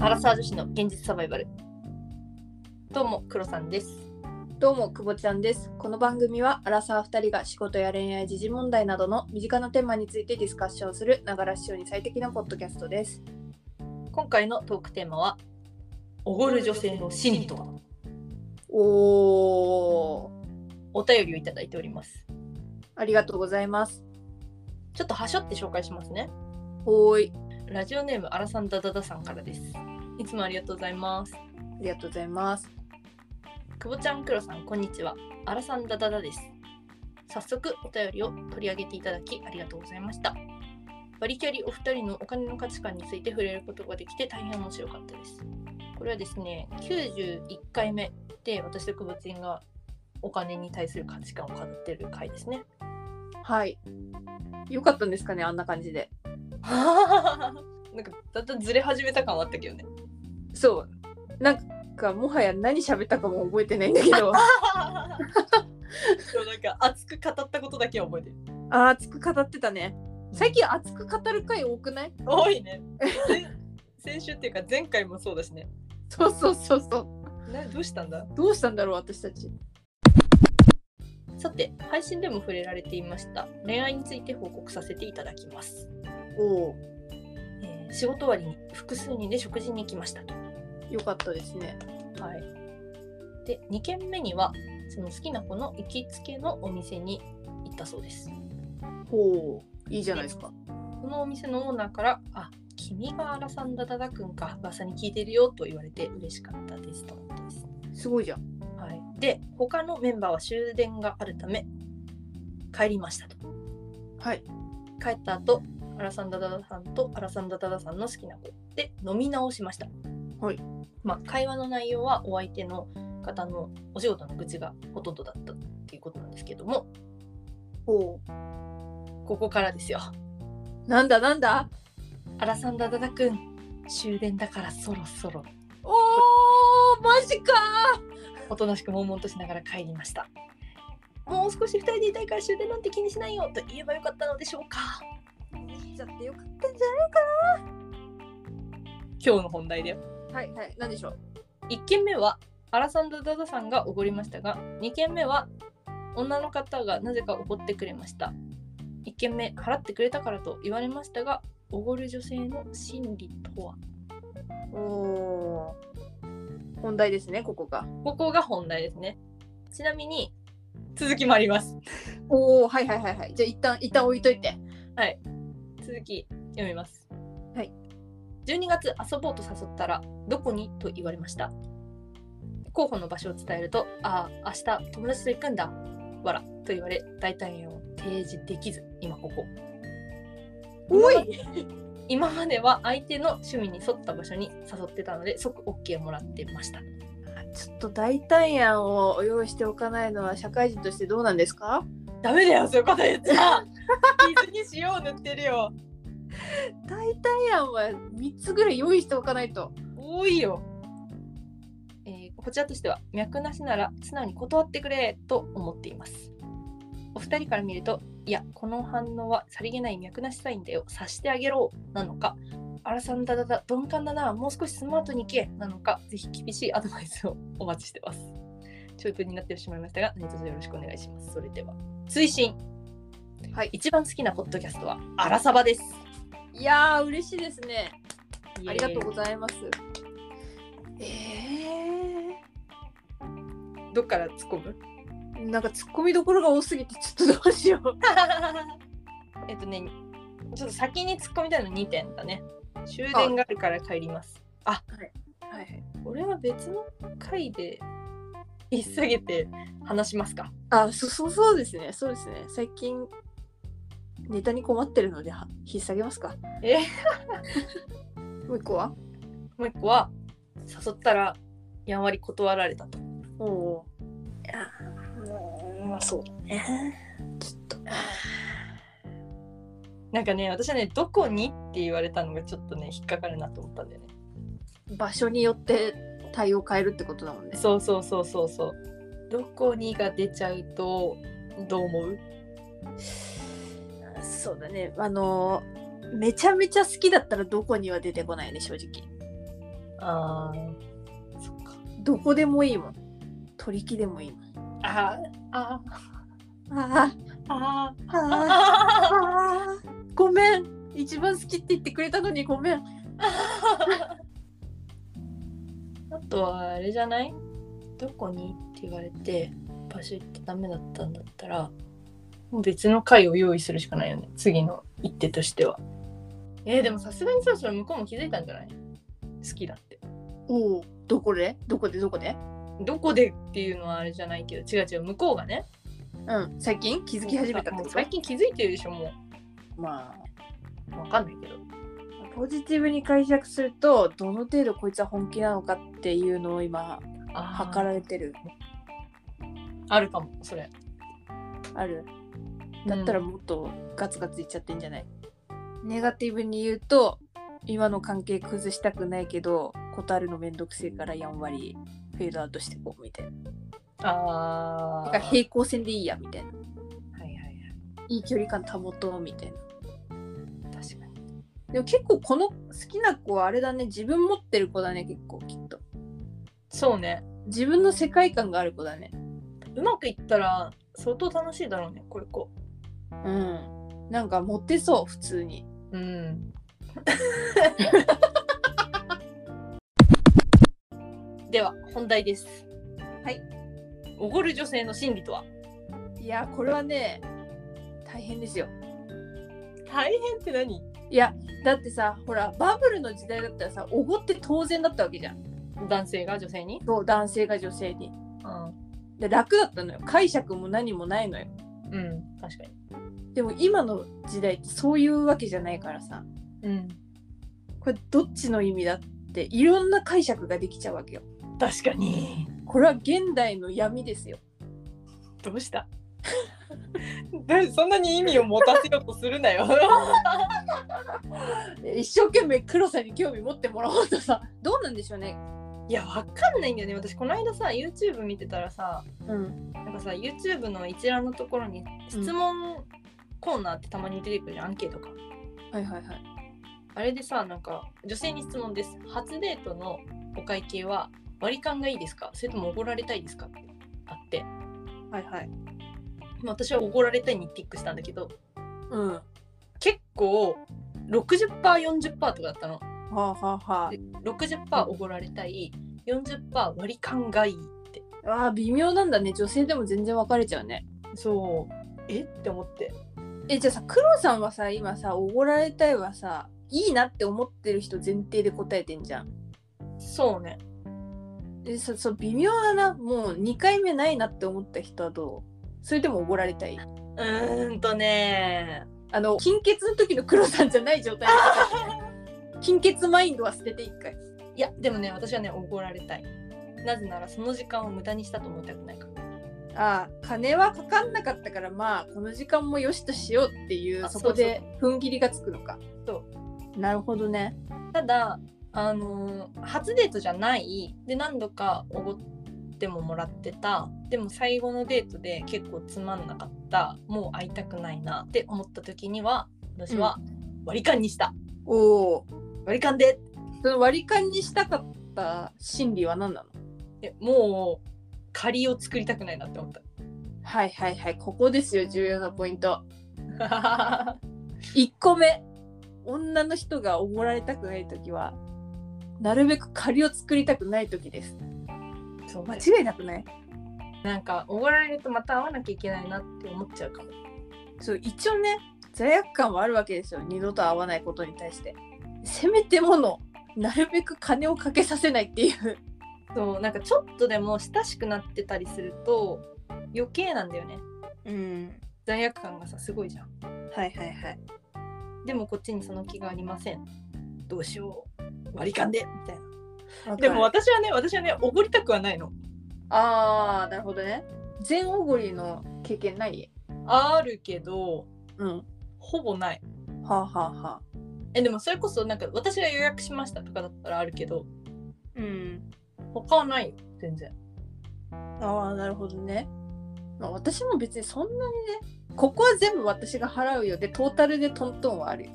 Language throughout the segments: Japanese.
アラサー女子の現実サバイバルどうもクロさんですどうも、くぼちゃんです。この番組は、アラサー2人が仕事や恋愛、時事問題などの身近なテーマについてディスカッションする、ながら視聴に最適なポッドキャストです。今回のトークテーマはおごる女性の心理とはおー、お便りをいただいておりますありがとうございます。ちょっとはしょって紹介しますねおーい、ラジオネームアラサンダダダさんからですいつもありがとうございますありがとうございます。くぼちゃんクロさんこんにちはアラサンダダダです早速お便りを取り上げていただきありがとうございましたバリキャリお二人のお金の価値観について触れることができて大変面白かったですこれはですね91回目で私とくぼちんがお金に対する価値観を語ってる回です ねはい。よかったんですかね、あんな感じで。なんかだんだんずれ始めた感はあったけ どねそう。なんか、もはや何喋ったかも覚えてないんだけ ど、あそうなんか熱く語ったことだけは覚えてるー熱く語ってたね。最近熱く語る回多くない多いね先週っていうか前回もそうだしねそうそうそうそう。などうしたんだどうしたんだろう、私たち。さて配信でも触れられていました恋愛について報告させていただきます、おー、えー仕事終わりに複数人で食事に行きましたと、よかったですね。はい、で2軒目にはその好きな子の行きつけのお店に行ったそうですほう、いいじゃないですか。このお店のオーナーから「あ君がアラサンダダダ君か噂に聞いてるよ」と言われて嬉しかったですとのことですすごいじゃん。はい、で他のメンバーは終電があるため帰りましたとはい。帰った後アラサンダダダさんとアラサンダダダさんの好きな子で飲み直しました、はいまあ、会話の内容はお相手の方のお仕事の愚痴がほとんどだったっていうことなんですけどもおう。ここからですよなんだなんだ。アラサンダダダ君終電だからそろそろおー、マジかおとなしく悶々としながら帰りましたもう少し2人でいたいから終電なんて気にしないよと言えばよかったのでしょうかー。ちゃってよかったんじゃ今日の本題だよない。はいはい。なんでしょう。 1軒目はアラサンダ・ダダさんがおごりましたが2軒目は女の方がなぜかおごってくれました1軒目払ってくれたからと言われましたがおごる女性の心理とはおー。本題ですね、ここが。ここが本題ですねちなみに続きもありますおー、はいはいはいはい。じゃあ一旦一旦置いといて。続き読みますはい12月遊ぼうと誘ったらどこにと言われました候補の場所を伝えるとああ明日友達と行くんだわらと言われ代替案を提示できず今ここおい今までは相手の趣味に沿った場所に誘ってたので即 OK もらってましたちょっと代替案を用意しておかないのは社会人としてどうなんですかダメだよそういうこと言っち ゃ水に塩を塗ってるよ代替案は3つぐらい用意しておかないと。多いよ、えーこちらとしては脈なしなら素直に断ってくれと思っていますお二人から見るといやこの反応はさりげない脈なしサインだよ察してあげろなのかあらさんだだだ鈍感だなもう少しスマートにいけなのかぜひ厳しいアドバイスを お待ちしてます長文になってしまいましたが何卒よろしくお願いしますそれでは推進はい。一番好きなポッドキャストはあらさばですいやー、嬉しいですね。ありがとううございます。えどっから突っ込むー、なんか突っ込みどころが多すぎてちょっとどうしよう。 えっとね、ちょっと先に突っ込みたいの2点だね。終電があるから帰ります。あ、はいはい。俺は別の回で引っ提げて話しますか。あ、そそうそうですね。そうですね。最近ネタに困ってるのでは引っ提げますか。え もう一個は？もう1個は、誘ったらやんわり断られたと。おお。まあそうだね。ちょっと。なんかね、私はね、どこにって言われたのがちょっとね、引っかかるなと思ったんだよね。場所によって対応変えるってことだもんね。そうそうそうそうそう。どこにが出ちゃうと、どう思うそうだね。あのーめちゃめちゃ好きだったらどこには出てこないね正直。ああ、そっか。どこでもいいもん取り木でもいいもんああ、あああ、あああ あ。あ ごめん一番好きって言ってくれたのにごめん あとはあれじゃないどこにって言われて場所行ってダメだったんだったら別の回を用意するしかないよね次の一手としてはえー、でもさすがにそろそろ向こうも気づいたんじゃない好きだっておおどこでどこでどこでどこでっていうのはあれじゃないけど違う違う向こうがねうん最近気づき始めたってもこうと最近気づいてるでしょもまあう分かんないけどポジティブに解釈するとどの程度こいつは本気なのかっていうのを今あ測ーられてるあるかもそれあるだったらもっとガツガツいっちゃってんじゃない、ネガティブに言うと今の関係崩したくないけど断るのめんどくせえからやんわりフェードアウトしてこうみたいなあなあんか平行線でいいやみたいなはいはいいい距離感保とうみたいなはい確かにでも結構この好きな子はあれだね自分持ってる子だね結構きっとそうね自分の世界観がある子だねうまくいったら相当楽しいだろうねこれこううんなんかモテそう普通にうん。 では本題です。はい。おごる女性の心理とはいやこれはね大変ですよ大変って何いやだってさほらバブルの時代だったらさおごって当然だったわけじゃん男性が女性に、そう男性が女性にうで楽だったのよ解釈も何もないのよん、うん、確かに。でも今の時代ってそういうわけじゃないからさうん、これどっちの意味だっていろんな解釈ができちゃうわけよ確かに。これは現代の闇ですよどうした そんなに意味を持たせようとするなよ。一生懸命黒さに興味持ってもらおうとさどうなんでしょうね いや、わかんないんだよね。私、この間さ、YouTube 見てたらさ、うんなんかさ、YouTube の一覧のところに質問コーナーってたまに出てくるじゃん、アンケートか。はいはいはいあれでさなんか女性に質問です初デートのお会計は割り勘がいいですかそれともおごられたいですかってあって、はいはいまあ、私はおごられたいにピックしたんだけどうんは結構 60%40% とかだったのあはあは60%おごられたい40%割り勘がいいってああー微妙なんだね女性でも全然分かれちゃうねそうえって思ってえじゃあさ黒さんはさ今さおごられたいはさいいなって思ってる人前提で答えてんじゃんそうねえさそう微妙だなもう2回目ないなって思った人はどうそれでもおごられたいうーんとねあの貧血の時の黒さんじゃない状態で答え て貧血マインドは捨てて1回いやでもね私はねおごられたいなぜならその時間を無駄にしたと思いたくないからああ金はかかんなかったからまあこの時間もよしとしようっていうあそこで踏ん切りがつくのかそうなるほどねただあのー初デートじゃないで何度かおごってももらってたでも最後のデートで結構つまんなかったもう会いたくないなって思った時には私は割り勘にした、おお割り勘でその割り勘にしたかった心理は何なのでもう借りを作りたくないなって思った はいはいはいここですよ重要なポイントあ1個目女の人がおごられたくない時はなるべく借りを作りたくない時ですそう間違いなくないなんかおごられるとまた会わなきゃいけないなって思っちゃうかもそう一応ね罪悪感はあるわけですよ二度と会わないことに対してせめてものなるべく金をかけさせないっていうそうなんかちょっとでも親しくなってたりすると余計なんだよねうん罪悪感がさすごいじゃんはいはいはいでもこっちにその気がありません。どうしよう。割り勘でみたいな。ででももわ私はね、私はね、おごりたくはないの。あーなるほどね全おごりの経験ないあるけど、うんほぼない。はあはあはあえ、でもそれこそなんか私が予約しましたとかだったらあるけど、うん他はないよ、全然。ああなるほどね、まあ、私も別にそんなにねここは全部私が払うよでトータルでトントンはあるよ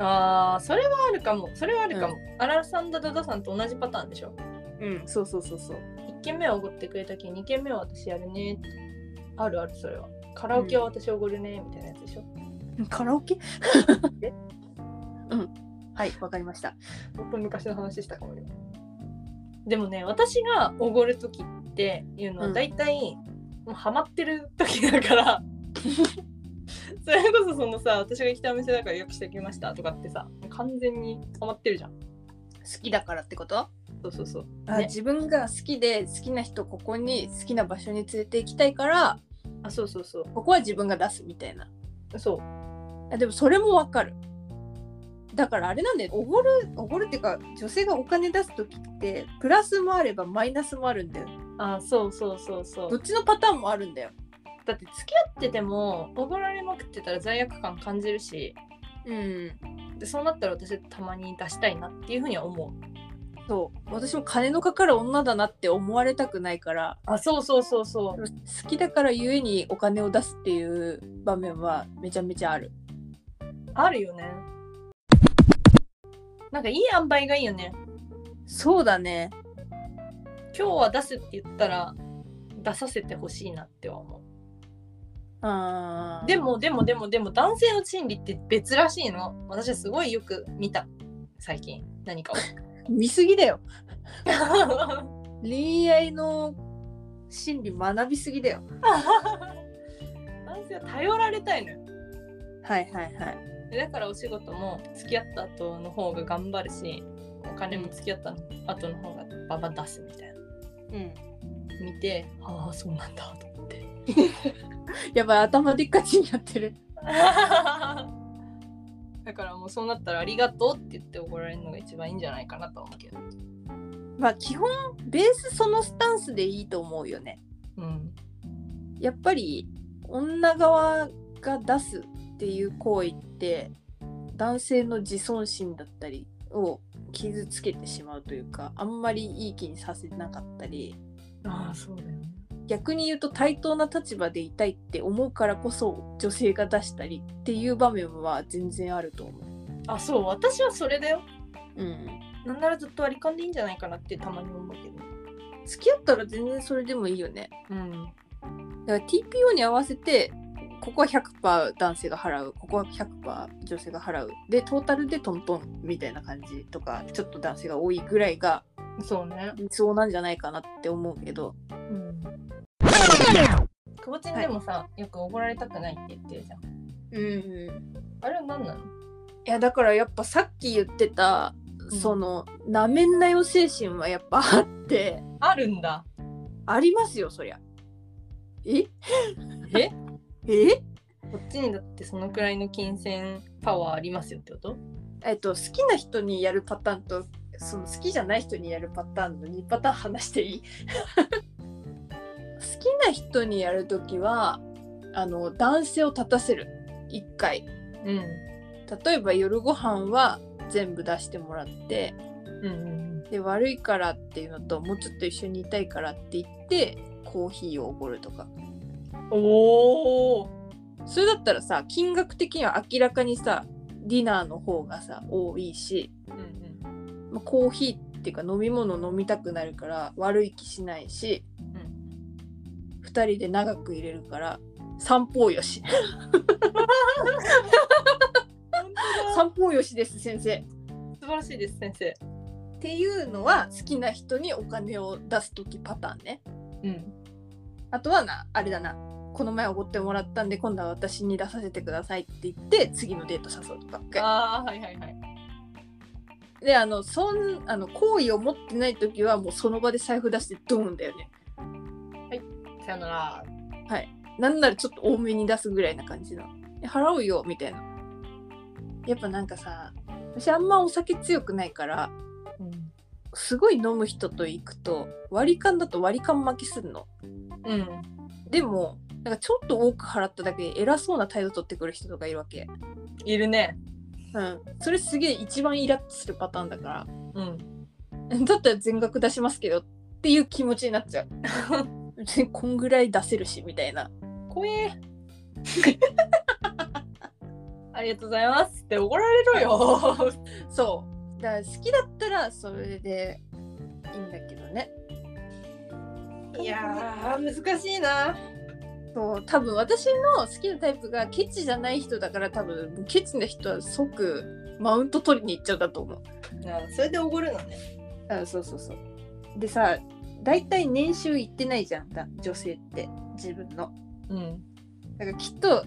ああそれはあるかもそれはあるかも、アラサンダダダさんと同じパターンでしょうんそうそうそうそう1軒目はおごってくれたけど2軒目は私やるねってあるあるそれはカラオケは私おごるねみたいなやつでしょ、カラオケえうんはいわかりました本当昔の話したかもよでもね私がおごる時っていうのうはん大体、もうハマってる時だから それこそそのさ私が行きたいお店だから予約してきましたとかってさ完全にハマってるじゃん好きだからってことそうそうそうあ、ね自分が好きで好きな人ここに好きな場所に連れて行きたいからあそうそうそうここは自分が出すみたいなそうあでもそれもわかるだからあれなんだよおごるおごるっていうか女性がお金出す時ってプラスもあればマイナスもあるんだよあそうそうそうそどうっちのパターンもあるんだよだって付き合っててもおごられまくってたら罪悪感感じるしうんでそうなったら私たまに出したいなっていうふうには思うそう私も金のかかる女だなって思われたくないからあそうそうそうそう好きだからゆえにお金を出すっていう場面はめちゃめちゃあるあるよね。なんかいい塩梅がいいよね。そうだね今日は出すって言ったら出させてほしいなっては思あう。ででももでもでもでも男性の心理って別らしいの。私はすごいよく見た最近何かを。見すぎだよ恋愛の心理学びすぎだよ男性は頼られたいのよ。はいはいはいでだからお仕事も付き合った後の方が頑張るしお金も付き合った後の方がババ出すみたいな。うん見てああそうなんだと思 って。やばい頭でっかちになってるだからもうそうなったら「ありがとう」って言って怒られるのが一番いいんじゃないかなとは思うけど。まあ基本ベースそのスタンスでいいと思うよねうん、やっぱり女側が出すっていう行為って男性の自尊心だったりを傷つけてしまうというかあんまりいい気にさせなかったりああそうだよね。逆に言うと対等な立場でいたいって思うからこそ女性が出したりっていう場面は全然あると思あそう私はそれだよ。う、うん、なんならずっと割り勘でいいんじゃないかなってたまに思うけど。付き合ったら全然それでもいいよねうん、だから TPO に合わせてここは100%男性が払うここは100%女性が払うでトータルでトントンみたいな感じとかちょっと男性が多いぐらいがそうね。理想なんじゃないかなって思うけどうん。くぼちんでもさ、よく怒られたくないって言ってるじゃん。うんいあれは何なのやだからやっぱさっき言ってた、うんそのなめんなよ精神はやっぱあってあるんだ。ありますよそりゃええ えこっちにだってそのくらいの金銭パワーありますよってことえっと好きな人にやるパターンとその好きじゃない人にやるパターンの2パターン話していい 好きな人にやるときはあの男性を立たせる1回うん。例えば夜ご飯は全部出してもらってうんうんで悪いからっていうのともうちょっと一緒にいたいからって言ってコーヒーをおごるとかうん。おお。それだったらさ金額的には明らかにさディナーの方がさ多いしうんうん。まあコーヒーっていうか飲み物飲みたくなるから悪い気しないし、2人で長く入れるから三方よ し三方よしです先生素晴らしいです先生。っていうのは好きな人にお金を出す時パターンねうん。あとはなあれだなこの前おごってもらったんで今度は私に出させてくださいって言って次のデート誘うとかああはいはいはい。であのそんあの好意を持ってない時はもうその場で財布出してドーンだよねさよなら。なんならちょっと多めに出すぐらいな感じの「え払うよ」みたいなやっぱなんかさ私あんまお酒強くないからうん。すごい飲む人と行くと割り勘だと割り勘負けするのうん。でもなんかちょっと多く払っただけで偉そうな態度取ってくる人とかいるわけいるね。うんそれすげえ一番イラッとするパターンだからうん。だったら 全額出しますけどっていう気持ちになっちゃう 別にこんぐらい出せるしみたいな怖え。ありがとうございますって怒られろ よ。そうだから好きだったらそれでいいんだけどねいやー難しいな。そう多分私の好きなタイプがケチじゃない人だから多分もうケチな人は即マウント取りに行っちゃうんだと思うそれで怒るのね。あそうそうそうでさ大体年収いってないじゃんだ女性って自分のうん。だからきっと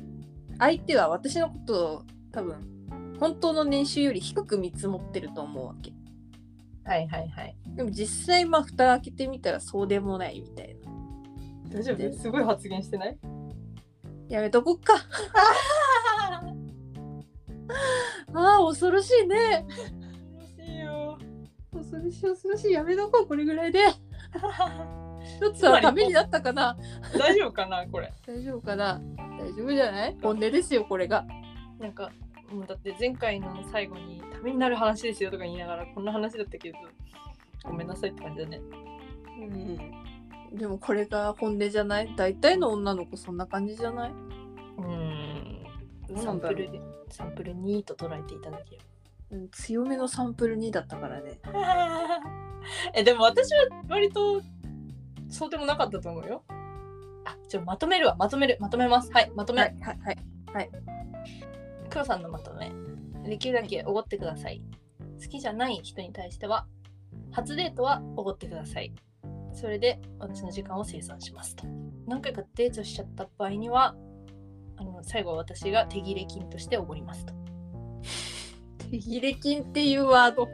相手は私のことを多分本当の年収より低く見積もってると思うわけはいはいはい。でも実際まあ蓋開けてみたらそうでもないみたいな大丈夫すごい発言してないやめとこっかあー恐ろしいね楽しいよ。恐ろしい恐ろしいやめとこうこれ ぐらいで一つつまはりためになったかな大丈夫かなこれ。大丈夫かな大丈夫じゃない本音ですよこれがなんか、もうだって前回の最後にためになる話ですよとか言いながらこんな話だったけど、ごめんなさいって感じだね。うんでもこれが本音じゃない大体の女の子そんな感じじゃないうん。どうサなんンプだろうルで、サンプル2と捉えていただければ。うん強めのサンプル2だったからね えでも私は割とそうでもなかったと思うよ。あちょまとめるわまとめるまとめますはいまとめ、はいはいはい黒さんのまとめできるだけおごってください好きじゃない人に対しては初デートはおごってくださいそれで私の時間を生産しますと何回かデートしちゃった場合にはあの最後は私が手切れ金としておごりますと手切れ金っていうワード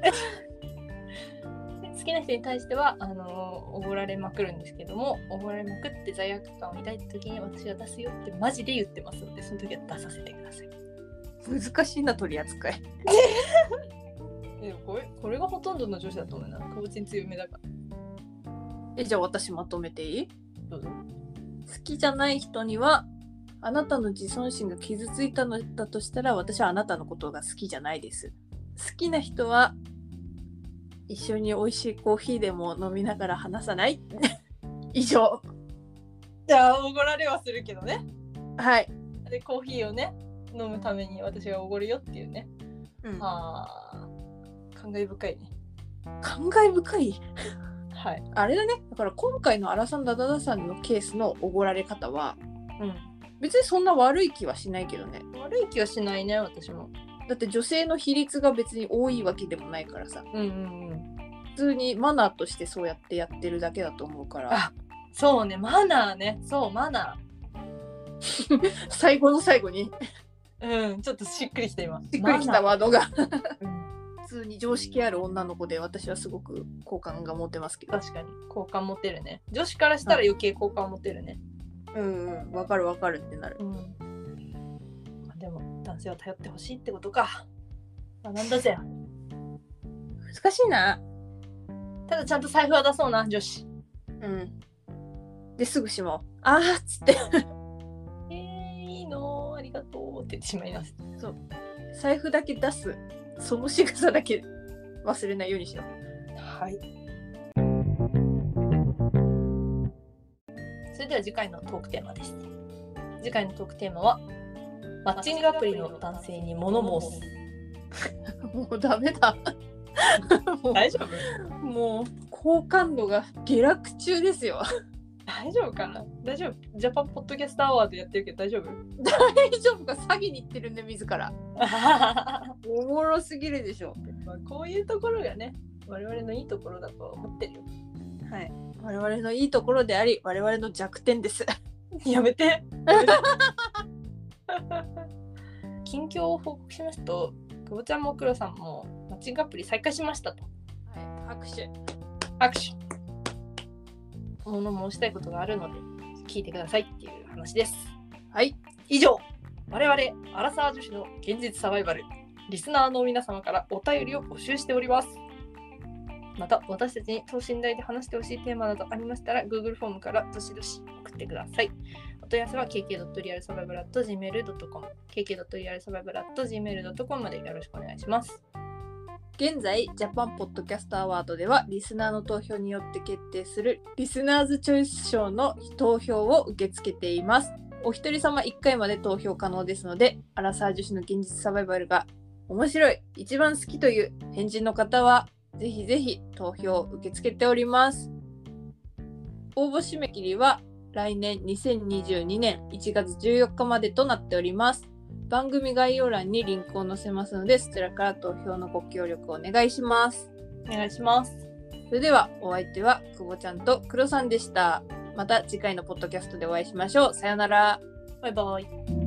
で好きな人に対してはあのーおごられまくるんですけどもおごられまくって罪悪感を抱いた時に私が出すよってマジで言ってますのでその時は出させてください難しいな取り扱いえこれこれがほとんどの女子だと思うな顔ちん強めだからえじゃあ私まとめていいどうぞ好きじゃない人にはあなたの自尊心が傷ついたのだとしたら私はあなたのことが好きじゃないです好きな人は一緒に美味しいコーヒーでも飲みながら話さない 以上じゃあおごられはするけどねはい、でコーヒーをね飲むために私がおごるよっていうねうんはあ感慨深いね感慨深いはいあれだねだから今回のアラサンダダダさんのケースのおごられ方はうん別にそんな悪い気はしないけどね悪い気はしないね私もだって女性の比率が別に多いわけでもないからさうんうんうん普通にマナーとしてそうやってやってるだけだと思うからあそうねマナーねそうマナー最後の最後 にうん、ちょっとしっくりきて今。しっくりきたワードがマナー。うん 普通に常識ある女の子で私はすごく好感が持てますけど確かに好感持てるね。女子からしたら余計好感持てるね。うんうんわかるわかるってなるうん。まあ、でも男性は頼ってほしいってことか。学んだぜ。難しいなただちゃんと財布は出そうな女子。うんですぐしもうあーっつって えー、いいのありがとうって言ってしまいます。財布だけ出すその仕草だけ忘れないようにしようはい。それでは次回のトークテーマです。次回のトークテーマはマッチングアプリの男性に物申す。もうダメだ も大丈夫？うもう好感度が下落中ですよ 大丈夫かな大丈夫ジャパンポッドキャストアワードやってるけど 大丈夫大丈夫か詐欺に行ってるんで自らまおもろすぎるでしょあこういうところがね我々のいいところだとは思ってるよはい我々のいいところであり我々の弱点ですやめて近況を報告しますと久保ちゃんも黒さんもマッチングアプリ再開しましたとはい、拍手。拍手物申したいことがあるので聞いてくださいっていう話ですはい、以上我々アラサー女子の現実サバイバルリスナーの皆様からお便りを募集しておりますまた私たちに等身大で話してほしいテーマなどありましたら Google フォームからどしどし送ってくださいお問い合わせは kk.realsurvival.gmail.com kk.realsurvival.gmail.com までよろしくお願いします現在、ジャパンポッドキャストアワードでは、リスナーの投票によって決定するリスナーズチョイス賞の投票を受け付けています。お一人様1回まで投票可能ですので、アラサー女子の現実サバイバルが面白い、一番好きという返事の方は、ぜひぜひ投票を受け付けております。応募締め切りは来年2022年1月14日までとなっております。番組概要欄にリンクを載せますので、そちらから投票のご協力お願いします。お願いします。それではお相手は久保ちゃんと黒さんでした。また次回のポッドキャストでお会いしましょう。さよなら。バイバイ。